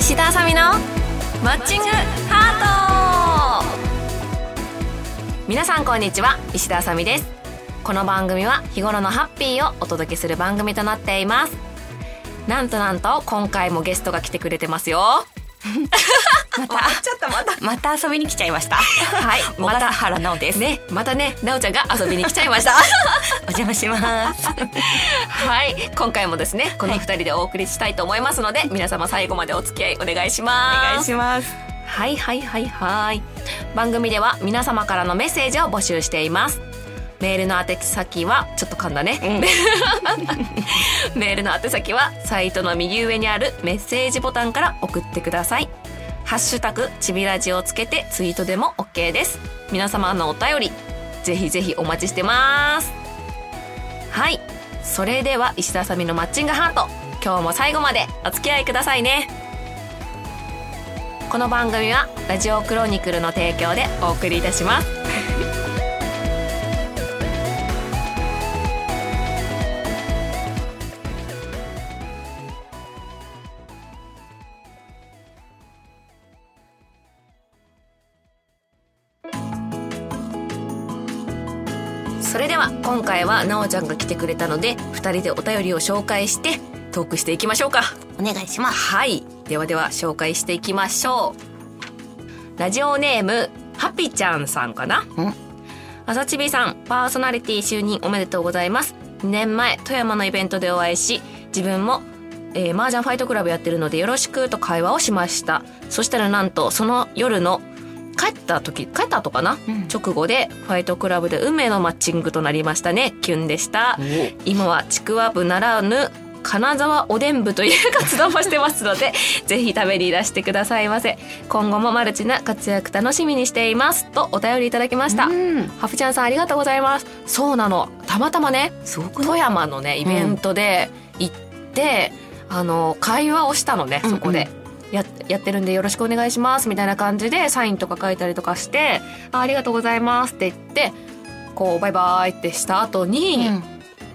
石田あさみのマッチングハート皆さんこんにちは石田あさみですこの番組は日頃のハッピーをお届けする番組となっていますなんとなんと今回もゲストが来てくれてますよまたちょっとまた。また遊びに来ちゃいま した。はい 小ま笠た原奈緒です。ねまたねなおちゃんが遊びに来ちゃいましたお邪魔します。はい今回もですねこの二人でお送りしたいと思いますので、皆様最後までお付き合いお願いしますお願いします。はいはいはいはい。番組では皆様からのメッセージを募集しています。メールの宛先は、ちょっと噛んだね。 メールの宛先は、サイトの右上にあるメッセージボタンから送ってください。ハッシュタグ、ちびラジをつけてツイートでも OK です。皆様のお便り、ぜひぜひお待ちしてます。はい。それでは、石田あさみのマッチングハート。今日も最後までお付き合いくださいね。この番組はラジオクロニクルの提供でお送りいたしますそれでは今回はなおちゃんが来てくれたので2人でお便りを紹介してトークしていきましょうかお願いします。はいではでは紹介していきましょうラジオネームハピちゃんさんかなあさちびさんパーソナリティ就任おめでとうございます2年前富山のイベントでお会いし自分も、えー、麻雀ファイトクラブやってるのでよろしくと会話をしましたそしたらなんとその夜の帰った時帰った後かな、うん直後でファイトクラブで運命のマッチングとなりましたねキュンでした今はちくわぶならぬ金沢おでん部という活動もしてますの でぜひ食べにいらしてくださいませ今後もマルチな活躍楽しみにしていますとお便りいただきましたうん。ハフちゃんさんありがとうございますそうなのたまたまねすごく富山のねイベントで行って、あの会話をしたのねそこで、ややってるんでよろしくお願いしますみたいな感じでサインとか書いたりとかしてあありがとうございますって言ってこうバイバイってした後に、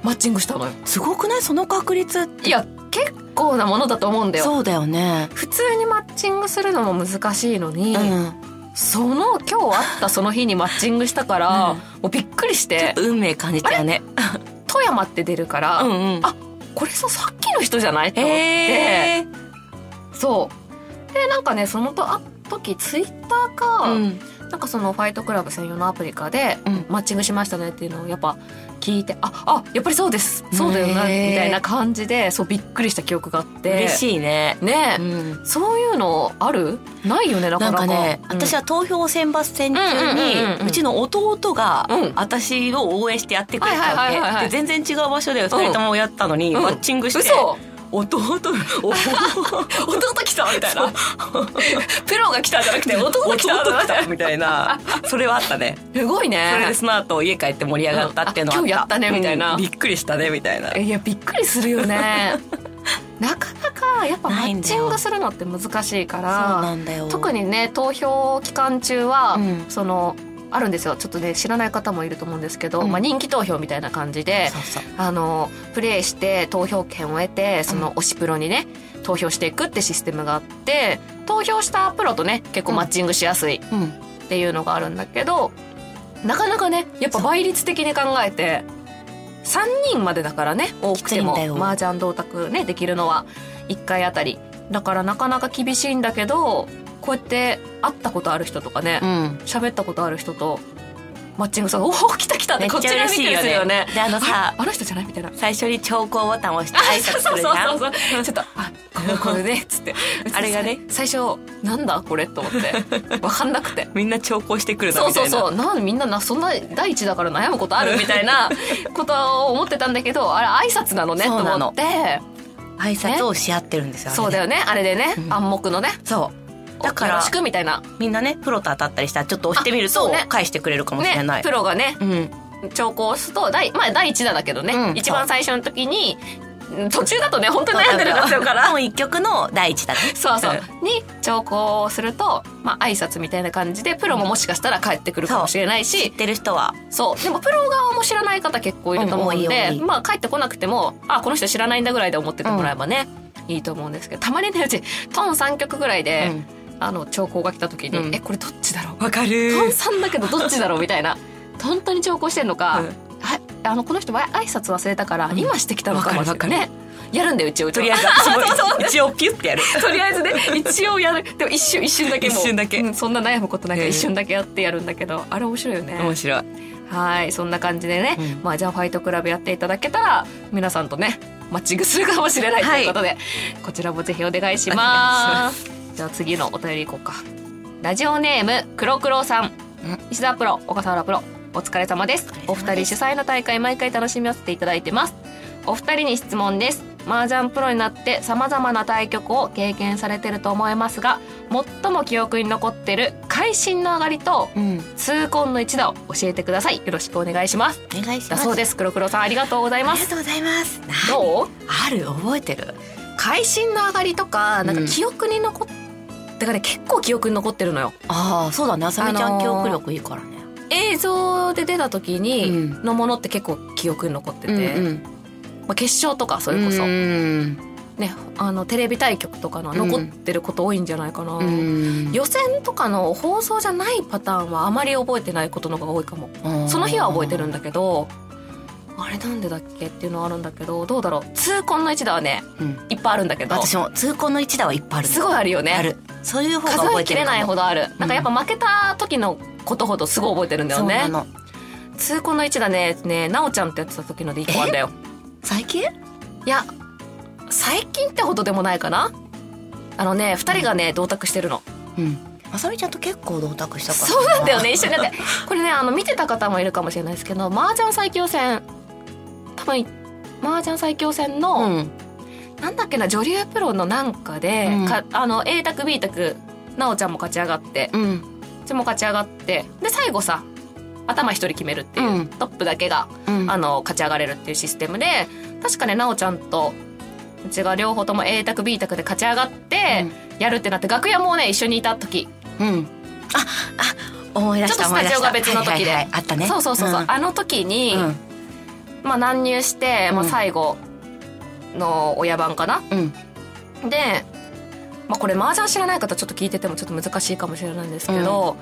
マッチングしたのよすごくないその確率って。いや結構なものだと思うんだよそうだよね。普通にマッチングするのも難しいのに、うん。その今日会ったその日にマッチングしたから、うんもうびっくりして運命感じたよね。富山って出るから、んうんあこれささっきの人じゃないと思って、へえ。そうでなんかねそのとあ時ツイッターか、うん。なんかそのファイトクラブ専用のアプリかで、うんマッチングしましたねっていうのをやっぱ聞いてああやっぱりそうですそうだよなみへえたいな感じでそうびっくりした記憶があって嬉しいね。ねえ、ん。そういうのあるないよねなかなんなかかね、うん私は投票選抜戦中うんうんうんうんうにんうちの弟がうん私を応援してやってくれたはいはいはいわはいけで全然違う場所で2人ともやったのにうんマッチングして嘘弟お弟来たみたいな プロが来たじゃなくて弟来た弟来たみたいなそれはあったねすごいそれねでその後家帰って盛り上がったっていうのはあうんあ今日やったねみたいなうんびっくりしたねみたいないやびっくりするよ ねなかなかやっぱマないッんだチよングするのって難しいかそうらんだよ特にね投票期間中は、うんそのあるんですよちょっとね知らない方もいると思うんですけど、うんまあ、人気投票みたいな感じでそうそうあのプレイして投票権を得てその推しプロにね、投票していくってシステムがあって投票したプロとね結構マッチングしやすいうんっていうのがあるんだけどなかなかねやっぱ倍率的に考えて3人までだからね多くてもきついんだよ麻雀同卓ねできるのは1回あたりだからなかなか厳しいんだけどこうやって会ったことある人とかねうん喋、ったことある人とマッチングさおお来た来たっめてっこっちちゃが嬉見しいてよるよねね。であのあさあの人じゃないみたいな。最初に調光ボタンを押して挨拶するじゃんそうそうそうそう ちょっと「あこれこれ ね」っつってあれが ね最初「なんだこれ?」と思 って分かんなくてみんな調光してくるなそうみたいそなうそうなんみんななそんな第一だから悩むことあるみたい なことを思ってたんだけどあれ挨拶なのねとそうな思のって挨拶をし合ってるんですよあれねそうだよねあれでね、うん暗黙のねそうだだかからよろらしくみたいなみんなねプロと当たったりしたらちょっと押してみるあそとうね返してくれるかもしれなねいプロがねうん調校すると第まあ第一弾だけどね、うん一番最初の時にうん途中だとね本当に悩んでるんですよかららもう一曲の第一だねそうそうに調校をするとまあ挨拶みたいな感じでプロももしかしたら帰ってくるかもしれないし知ってる人はそう。でも、プロ側も知らない方結構いると思うんうん多いで多い、まあ、帰ってこなくても、あ、この人知らないんだぐらいで思っててもらえばね、いいと思うんですけどたまにねうちトン3曲ぐらいで、うんあの兆候が来た時に、うんえこれどっちだろうわかるトン3だけどどっちだろうみたいな本当に兆候してんのか、うんはいあのこの人は挨拶忘れたから、ん今してきたのかもしれわかなるわねやるんだようちうちとは りあえず私も一応ピュッてやるとりあえずね一応やるでも一瞬一瞬だけもう一瞬だけうんそんな悩むことないからうん一瞬だけやってやるんだけど、あれ面白いよね 面白いはいそんな感じでね、うんまあじゃあファイトクラブやっていただけたら皆さんとねマッチングするかもしれないとはいいうことで、こちらもぜひお願いしお願まいすじゃあ次のお便りいこうかラジオネーム黒黒さん石田プロ小笠原プロお疲れ様ですおお疲二れ様で人す主催の大会毎回楽しみせていただいてますお二人に質問です麻雀プロになって様々な対局を経験されてると思いますが最も記憶に残ってる会心の上がりとうん痛恨の一打を教えてくださいよろしくお願いしますお願いしだますそうです黒黒さんありがとうございあまりがすとうございますどうある覚えてる会心の上がりとかなんうかん記憶に残っ、だからね結構記憶に残ってるのよああそうだねあさみちゃあのんー記憶力いいからね映像で出た時にうんのものって結構記憶に残ってて、んまあ、決勝とかそそれれここそ、そねあのテレビ対局とかのは残ってること多いんじゃないかな、よ予選とかの放送じゃないパターンはあまり覚えてないことの方が多いかもそそのの日日はは覚覚ええててるるんんだだけどあれなんでだっけっていうのはあるんだけどどうだろう痛恨の一打はねいっぱいあるんだけど私も痛恨の一打はいっぱいあるすごいあるよねあるそういう方が数覚ええてきるれないほどどある、んなんかやっぱ負けた時のことほどすごい覚えてるんだよそうなねの痛恨の一打ねねなおちゃんってやってた時ので一個あんだよ最近いや最近ってほどでもないかなあのね2人がね同卓してるのうんあさみちゃんと結構同卓したからそうなんだよね一緒になってこれねあの見てた方もいるかもしれないですけど麻雀最強戦多分麻雀最強戦の、うんなんだっけな女流プロのなんかで、うんかあの A 卓 B 卓なおちゃんも勝ち上がってうんうちも勝ち上がってで最後さ頭一人決めるっていう、うんトップだけがうんあの勝ち上がれるっていうシステムで確かねなおちゃんとうちが両方とも A 卓 B 卓で勝ち上がって、やるってなって楽屋もね一緒にいた時、うんああ思い出しちょったと思い出したスタジオが別の時ではいはいはいあったねそうそうそうそう、んあの時に、うんまあ、乱入して、まあ、うん最後の親番かな、うんで、まあ、これ麻雀知らない方ちょっと聞いててもちょっと難しいかもしれないんですけど、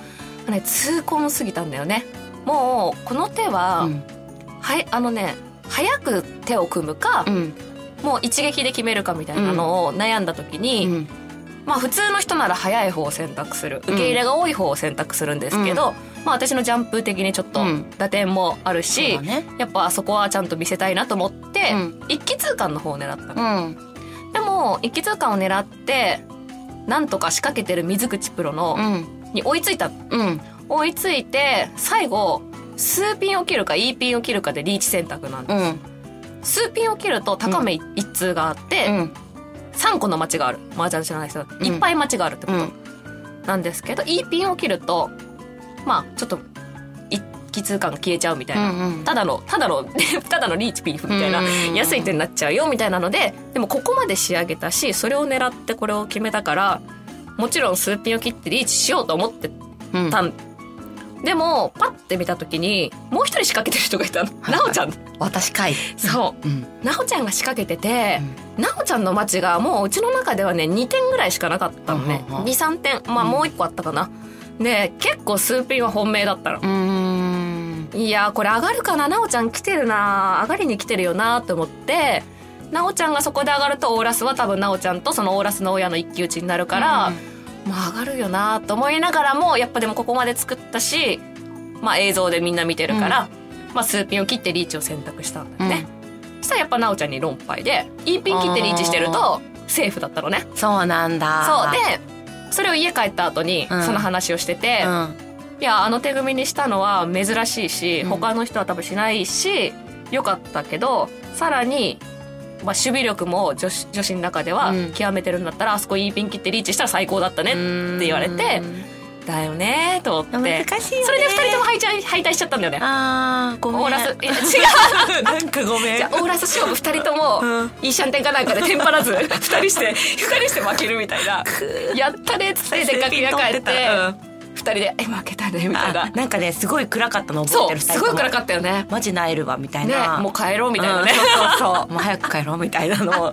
ね、痛恨すぎたんだよねもうこの手は、うんはいあのね早く手を組むかう、んもう一撃で決めるかみたいなのを悩んだ時に、うんまあ普通の人なら早い方を選択する受け入れが多い方を選択するんですけど、まあ私のジャンプ的にちょっとうん打点もあるそうし、だねやっぱそこはちゃんと見せたいなと思って、うん一気通貫の方を狙ったのうんでも一気通貫を狙ってなんとか仕掛けてる水口プロの、うんに追いついたうん追いついて最後数ピンを切るか E ピンを切るかでリーチ選択なんでうんす、数ピンを切ると高め一通があって、うん3個の町がある麻雀知らない人だとうんいっぱい町があるってこうとんなんですけど、E ピンを切るとまあちょっと一気通貫が消えちゃうみたいな、うんうんただのただの ただのリーチピンフみたいな、うん安い手になっちゃうよみたいなのででもここまで仕上げたしそれを狙ってこれを決めたからもちろん数ピンを切ってリーチしようと思ってうんたん、でもパッて見た時にもう一人仕掛けてる人がいたのなおちゃん私かいそううんうなおちゃんが仕掛けてて、なおちゃんの待ちがもううちの中ではね2点ぐらいしかなかったのねうんうんうん23点まあもう1個あったかな、で結構数ピンは本命だったのうんいやーこれ上がるかななおちゃん来てるな上がりに来てるよなと思ってなおちゃんがそこで上がるとオーラスは多分なおちゃんとそのオーラスの親の一騎打ちになるから、まあ上がるよなと思いながらもやっぱでもここまで作ったし、まあ、映像でみんな見てるから、まあ、数ピンを切ってリーチを選択したんだよね、そしたらやっぱなおちゃんに論敗でいいピン切ってリーチしてるとセーフだったのねそうなんだそうでそれを家帰った後にうんその話をしてて、うんいやあの手組にしたのは珍しいし、うん他の人は多分しないし良かったけどさらに、まあ、守備力も女子女子の中ではうん極めてるんだったら、あそこいいピン切ってリーチしたら最高だったねってて言われてだよねーと思って難しいよねそれで2人とも敗退敗退しちゃったんだよねああごめんオーラスえ違う なんかごめんじゃあオーラス勝負2人とも、うんいいシャンテンかなんかでテンパらず2人して2人して負けるみたいな やったねっつってで楽屋帰って2人で「え負けたね」みたいあななんかねすごい暗かったの覚えそてうるすごい暗っかったよねたマジなえるわみたいねなもう帰ろうみたいなね、うんそうそう。もう早く帰ろうみたいな のを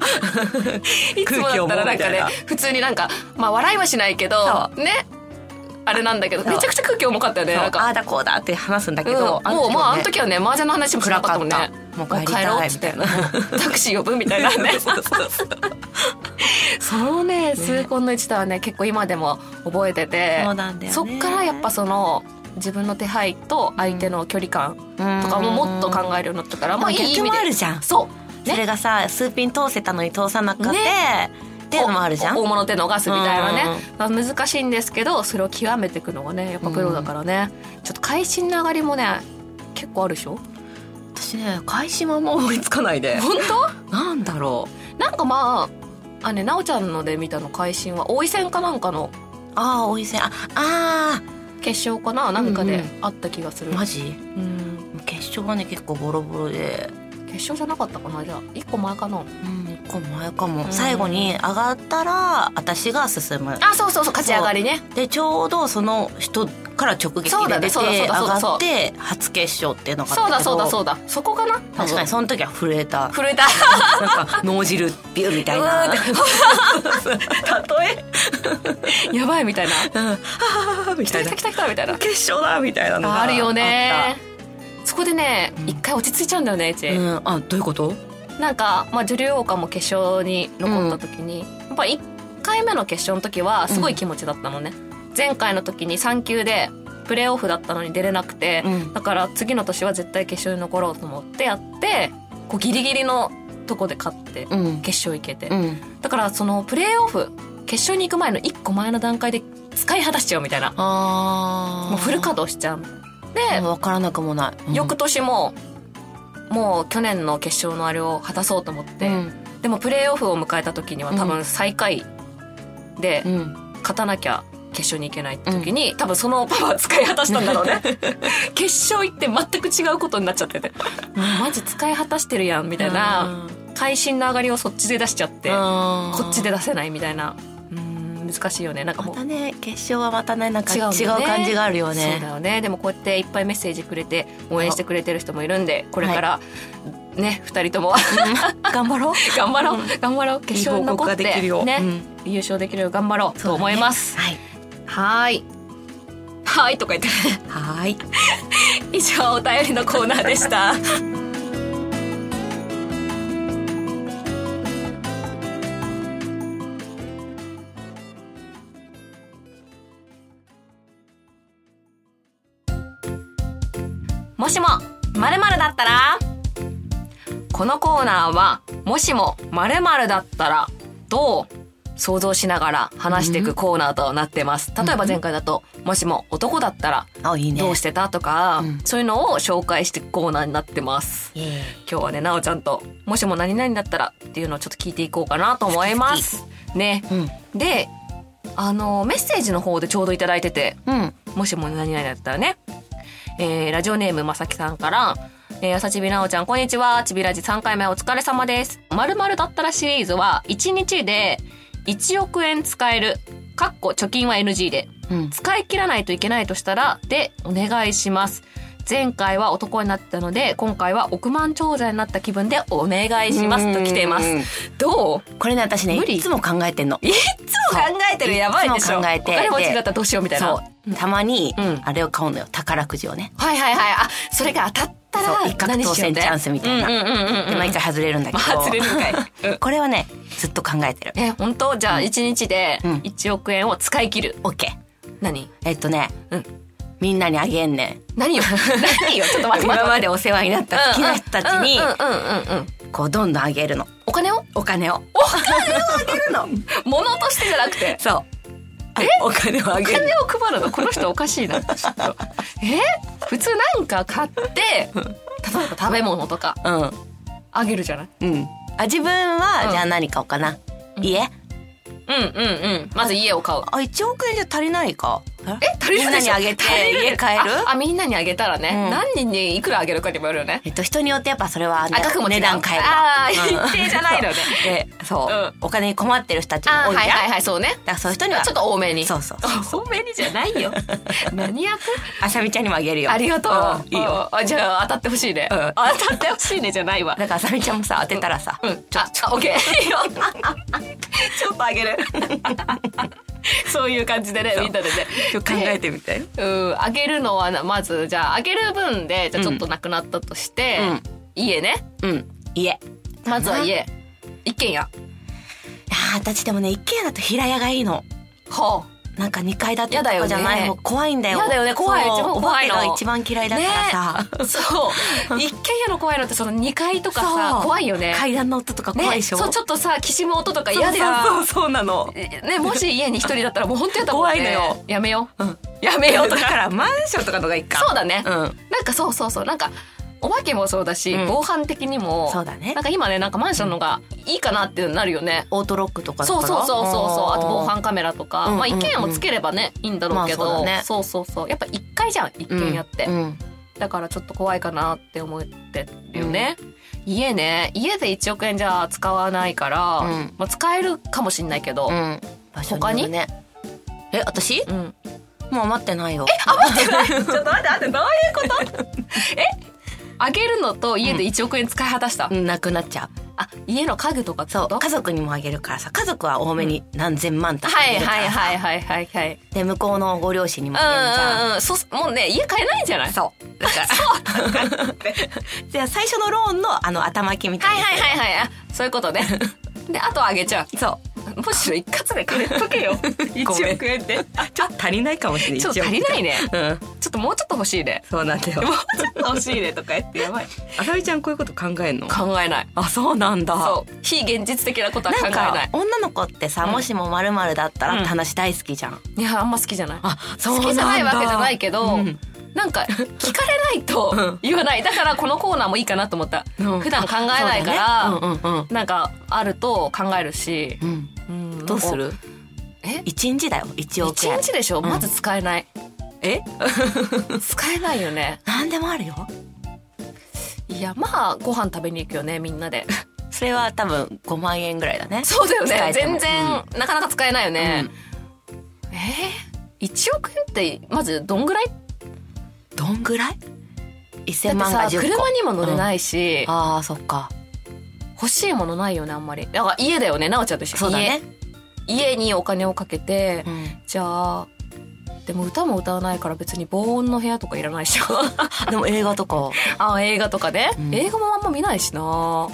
いつもだったらなんかね空気重いみたいな、普通になんか、まあ笑いはしないけどそ、ね。あれなんだけど、そうめちゃくちゃ空気重かったよね。なんあか、あだこうだって話すんだけうんもう、ど、まああのはね時はね、麻雀の話もしなかったもんね暗かった。もう帰りたいもう帰ろうっつって。 タクシー呼ぶみたいな ね。そうそうそうそのね、痛恨の一打はね、結構今でも覚えてて。そうなんだよねそっからやっぱその、自分の手配と相手の距離感とかももっと考えるようになったから、まあいい意味で。逆もあるじゃんそう。それね。がさ数ピン通せたのに通さなくて、ねっていうのもあるじゃんお大物手のガスみたいなねうんうん、まあ、難しいんですけどそれを極めていくのがねやっぱプロだからね、ちょっと会心の上がりもね結構あるでしょ私ね返しももう思いつかないで本 なんだろう当なんかまああね奈緒ちゃんので見たの会心は王位戦かなんかのああおいせああ決勝かななんかうでんうんあった気がする、ーマジうん決勝はね結構ボロボロで決勝じゃなかったかなじゃあ一個前かなうん一個前かも、うん最後に上がったら私が進むあそうそうそう勝ち上がりねでちょうどその人から直撃そうでだ出ねてそうだ上そうだそうだがって初決勝っていうのがそあうっただけどそうだそうだそこかな多分確かにその時は震 えた震えたなんか脳汁ビューみたいなうわ例 えやばいみたいなあーみ来たた来たいな来た来たみたいな決勝だみたいなのがあるよねあっそこでね一回落ち着いちゃうんだよねうち、たうんあどういうことなんか、まあ、女流王冠も決勝に残った時に、やっぱ1回目の決勝の時はすごい気持ちだったのね、前回の時に3級でプレーオフだったのに出れなくて、うんだから次の年は絶対決勝に残ろうと思ってやってこうギリギリのとこで勝ってうん決勝行けて、うんだからそのプレーオフ決勝に行く前の1個前の段階で使い果たしちゃうみたいなああもうフル稼働しちゃうで、分からなくもない、うん、翌年ももう去年の決勝のあれを果たそうと思って、うんでもプレーオフを迎えた時には多う分ん最下位でうん勝たなきゃ決勝に行けないって時に、多分そのパワー使い果たしたんだろうね 決勝行って全く違うことになっちゃっててもうマジ使い果たしてるやんみたいな会心の上がりをそっちで出しちゃってここっちで出せないみたいなうん難しいよねなんかまもうたね決勝はまたねなんか違違うもんうね感じがあるそようだねよねでもこうやっていっぱいメッセージくれて応援してくれてる人もいるんでこれからね2人と も頑張ろう頑張ろうう頑張ろう決勝に残っいい報告ができるよてうねん優勝できるよう頑張ろうと思いますはいはーい。はーいとか言っはーいて。以上、お便りのコーナーでした。もしも、まるだったらこのコーナーは、もしも、まるだったら、どう想像しながら話していくコーナーとなってます。例えば前回だと、もしも男だったら、あいいねどうしてたとか、うんそういうのを紹介していくコーナーになってます。イエーイ今日はね、なおちゃんと、もしも何々だったらっていうのをちょっと聞いていこうかなと思います。ね。うんで、あの、メッセージの方でちょうどいただいてて、うんもしも何々だったらね。えーラジオネームまさきさんから、えー、あさちびなおちゃん、こんにちは。ちびラジ3回目お疲れ様です。まるだったらシリーズは、1日で1億円使える。かっこ貯金は NG で。うん使い切らないといけないとしたら、で、お願いします。前回は男になったので、今回は億万長者になった気分でお願いしますと来ていまうんす。どうこれね私ね無理いつも考えてんのいつも考えてるやばいでしょ。いつも考えてお金持ちだったらどうしようみたいな。そはうたまにうんあれを買うのよ宝くじをねいはいはい。あ、それが当たったそらう一攫何当しよう選ってチャンスみたいなうんうんうんうんうん。で毎回 外れるんだけどまあ外れるんかい うんこれはねずっと考えてるえ、本当じゃあ1日でうん1億円を使い切る。オッケー何えっとねうんみんなにあげんねん何よ何よちょっと待 って待って今までお世話になった好きな人たちにうんうんうんうんうん。こうどんどんあげるのお金をお金をあげるの物としてじゃなくて。 そうえお金をあおげ金るを配るのこの人おかしいなちょっとえ普通なんか買って例えば食べ物とかあげるじゃないうんうんあ自分は、うんじゃあ何買おうかな、家うんうんうんまず家を買うあ一1億円じゃ足りないかえ足りみんるなでしにょあ げて足り家帰るああみんなにあげたらね、うん何人にいくらあげるかにもよるよねえっと、人によってやっぱそれは、ね、あ額も違う値段変えるあー一定じゃないのねで、 そう、うんお金に困ってる人たちもあー多いじゃん。はいはいだかはいそうねらそういう人には、ちょっと多めにそうそう。 多めにじゃない よ何役あさみちゃんにもあげるよ。ありがとう、んいいよ。ああじゃあ当たってほしいね、うんあ当たってほしいねじゃないわだからあさみちゃんもさ、当てたらさ、うんああオッ ケーいいよちょっとあげ るそういう感じでねみんなでね今日考えてみたい。うん、あげるのはなまずじゃああげる分でじゃあちょっとなくなったとして、家ねうん。家。まずは家一軒家ああ、私でもね、一軒家だと平屋がいいの。ほ なんか二階建てやとだよねかじゃない方怖いんだよ。やだよね怖いそう一番怖いのお化けが一番嫌いだからさ。うそう一軒家の怖いのってその2階とかさそう怖いよね階段の音とか怖いでしょ。ね、そうちょっとさきしむ音とか嫌でさそうそうそうそうなの。ね、もし家に一人だったらもう本当やったもんね怖いのよやめよう、うんやめようとだか からマンションとかのがいいか。そうだね、うん。なんかそうそうそうなんかお化けもそうだし、うん防犯的にもそうだねなんか今ねなんかマンションのがいいかなってなるよね、オートロックとかだかそうらそうそうそうそうあと防犯カメラとか、うんまあ、う一ん軒家もつければね、いいんだろうけど、まあそうだねそうそうそうやっぱ1階じゃん一軒家って、うんうんだからちょっと怖いかなって思ってるよね、家ね家で1億円じゃ使わないから、うんまあ、使えるかもしんないけど、うん。場所よるねえ、私うん、 もう余ってないよ。ちょっと待って待ってどういうこと えあげるのと家で1億円使い果たした、うんなくなっちゃう。あ家の家具とかってそこうと家族にもあげるからさ家族は多めに何千万とかはあいげるからはいさはいはいはいはいで向こうのご両親にもあげるじゃんうんうんうんそうもうね家買えないんじゃないそうだから じゃあ最初のローンのあの頭金みたいはないはいはいはいあそういうことね であとはあげちゃそうむしろ一括でくれとけ よごめん1億円ってうちょっと足りないかもしれないちょっと足りないね一応うんちょっともうちょっと欲しいねそうなんだよもうちょっと欲しいねとか言ってやばいあさみちゃんこういうこと考えんの考えないあそうなんだそう非現実的なことは考なえんなかい女の子ってさ、うんもしもまるだったらって話大好きじゃん、いやあんま好きじゃないあそう好きじゃないわけじゃないけど、うんなんか聞かれないと言わないだからこのコーナーもいいかなと思った、うん普段考えないかそら、うだねうんうんなんかあると考えるし、うんうんうんどうするえ一日だよ一億一円日でしょ、んまず使えないえ使えないよね何でもあるよいやまあご飯食べに行くよねみんなでそれは多分5万円ぐらいだねそうだよ使ねえて全も然、なかなか使えないよね、えー、1億円ってまずどんぐらいどんぐらいだ1000って万がさ10個車にも乗れないし、ああそっか欲しいものないよねあんまりだから家だよねなおちゃんと一緒そうだね、家家にお金をかけて、うんじゃあでも歌も歌わないから別に防音の部屋とかいらないでしょ でも映画とかあ映画とかね、うん映画もあんま見ないしな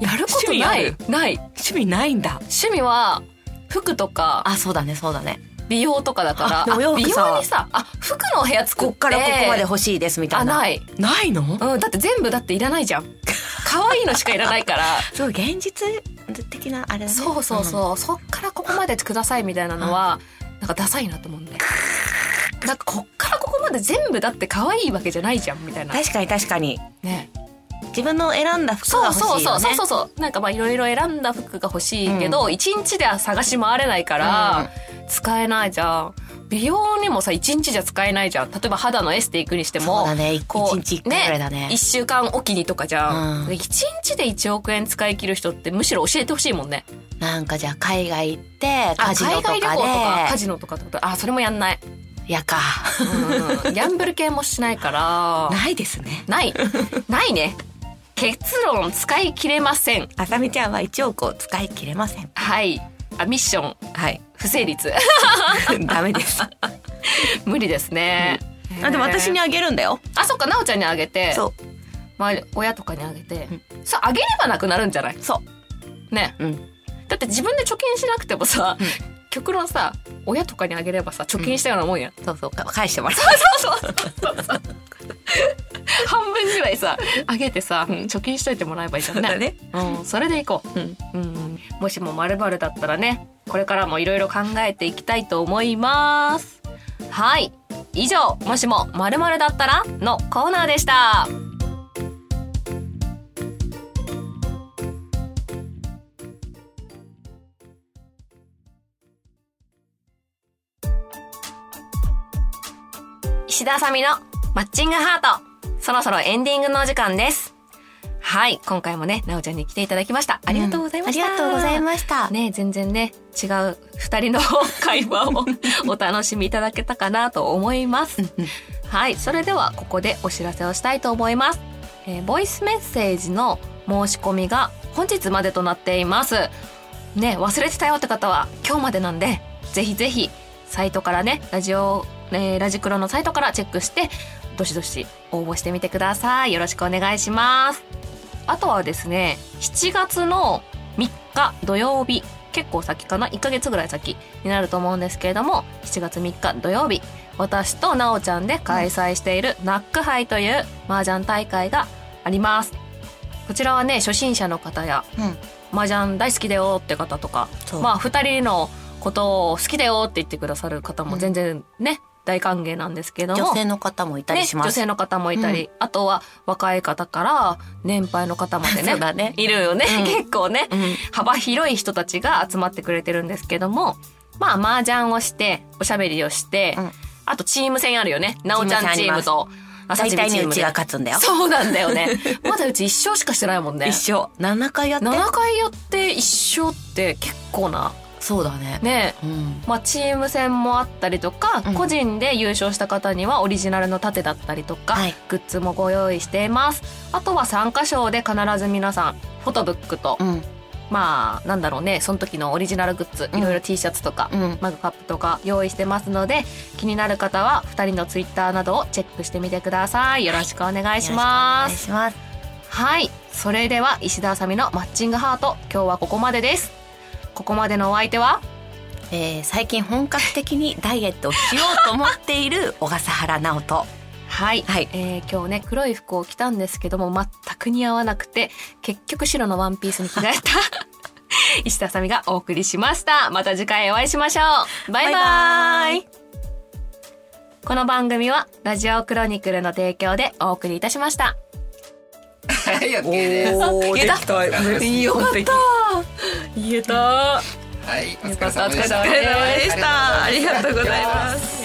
やることな趣味いあない趣味ないんだ趣味は服とかあそうだねそうだね美容とかだからあでも洋美服さ容にさあ服の部屋作ってこっからここまで欲しいですみたあいなない、ないのうん、だって全部だっていらないじゃん可愛いのしかいらないからすごい現実的なあれだねそうそうそう、そっからここまでくださいみたいなのはなんかダサいなと思うんだよなんかこっからここまで全部だって可愛いわけじゃないじゃんみたいうんな確かに確かにね自分の選んだ服がそう欲しいそようねそうそうそうそうなんかまあいろいろ選んだ服が欲しいけど、一日では探し回れないから使えないじゃん美容にもさ一日じゃ使えないじゃん例えば肌のエステ行くにしてもそうだね一こう日一回ぐらいだね1週間おきにとかじゃ、うんんで一日で1億円使い切る人ってむしろ教えてほしいもんねなんかじゃあ海外行ってあカジノとか海外で旅行とかカジノとかってことあそれもやんない、やかうん、ギャンブル系もしないから ないですねないないね結論使い切れませんあさみちゃんは1億を使い切れませんはいあミッションはい不成立 ダメ です無理ですね、あでも私にああげるんだよ。あそっかなおちゃんにあげてそまあ、親とかにあげて、そうあげればなくなるんじゃないうそねう。うん。だって自分で貯金しなくてもさ、極論さ親とかにあげればさ貯金したようなもんや、ん、そうそうか返してもらう。そうそうそうそう半分ぐらいさあげてさ、貯金しといてもらえばいいじゃんねね。うん、それでいこう、うんうん、もしも〇〇だったらねこれからもいろいろ考えていきたいと思いますはい以上もしも〇〇だったらのコーナーでした石田あさみのマッチングハート。そろそろエンディングのお時間です。はい。今回もね、なおちゃんに来ていただきました。ありがとうございました。ありがとうございました。ね、全然ね、違う二人の会話をお楽しみいただけたかなと思います。はい。それでは、ここでお知らせをしたいと思います。えーボイスメッセージの申し込みが本日までとなっています。ね、忘れてたよって方は今日までなんで、ぜひぜひ、サイトからね、ラジオ、えーラジクロのサイトからチェックして、どしどし応募してみてください。よろしくお願いします。あとはですね、7月の3日土曜日、結構先かな ?1 ヶ月ぐらい先になると思うんですけれども、7月3日土曜日、私となおちゃんで開催しているナック杯という麻雀大会があります。こちらはね、初心者の方や、うん麻雀大好きだよって方とか、そうまあ2人のことを好きだよって言ってくださる方も全然ね、大歓迎なんですけども。女性の方もいたりしまね、女す。性の方もいたり、あとは若い方から年配の方までね そうだねいるよね、う ん結構ね、うん幅広い人たちが集まってくれてるんですけどもまあ麻雀をしておしゃべりをして、うんあとチーム戦あるよねなおちゃんチームと朝大チ体チにーうムちでが勝つんだよ。そうなんだよ ねまだうち1勝しかしてないもんね一緒。7回やって。 7回やって1勝って結構なそうだね。ねうん。まあ、チーム戦もあったりとか、うん個人で優勝した方にはオリジナルの盾だったりとか、はいグッズもご用意していますあとは参加賞で必ず皆さんフォトブックと、うん。まあなんだろうねその時のオリジナルグッズ、うんいろいろ T シャツとか、うん。マグカップとか用意してますので気になる方は2人のツイッターなどをチェックしてみてくださいよろしくお願いしまよろしすくお願いします。はい。それでは、石田あさみのマッチングハート、今日はここまでです。ここまでのお相手は、えー最近本格的にダイエットをしようと思っている小笠原直人。はい。はいえー今日ね、黒い服を着たんですけども、全く似合わなくて、結局白のワンピースに着替えた、 石田あさみがお送りしました。また次回お会いしましょう。バイババイイこの番組は、ラジオクロニクルの提供でお送りいたしました。はい、OK です。はー言えたできたよかった言えたい、およ疲かれった、お様疲でれ様した。でした。ありがとありがとううございますございます。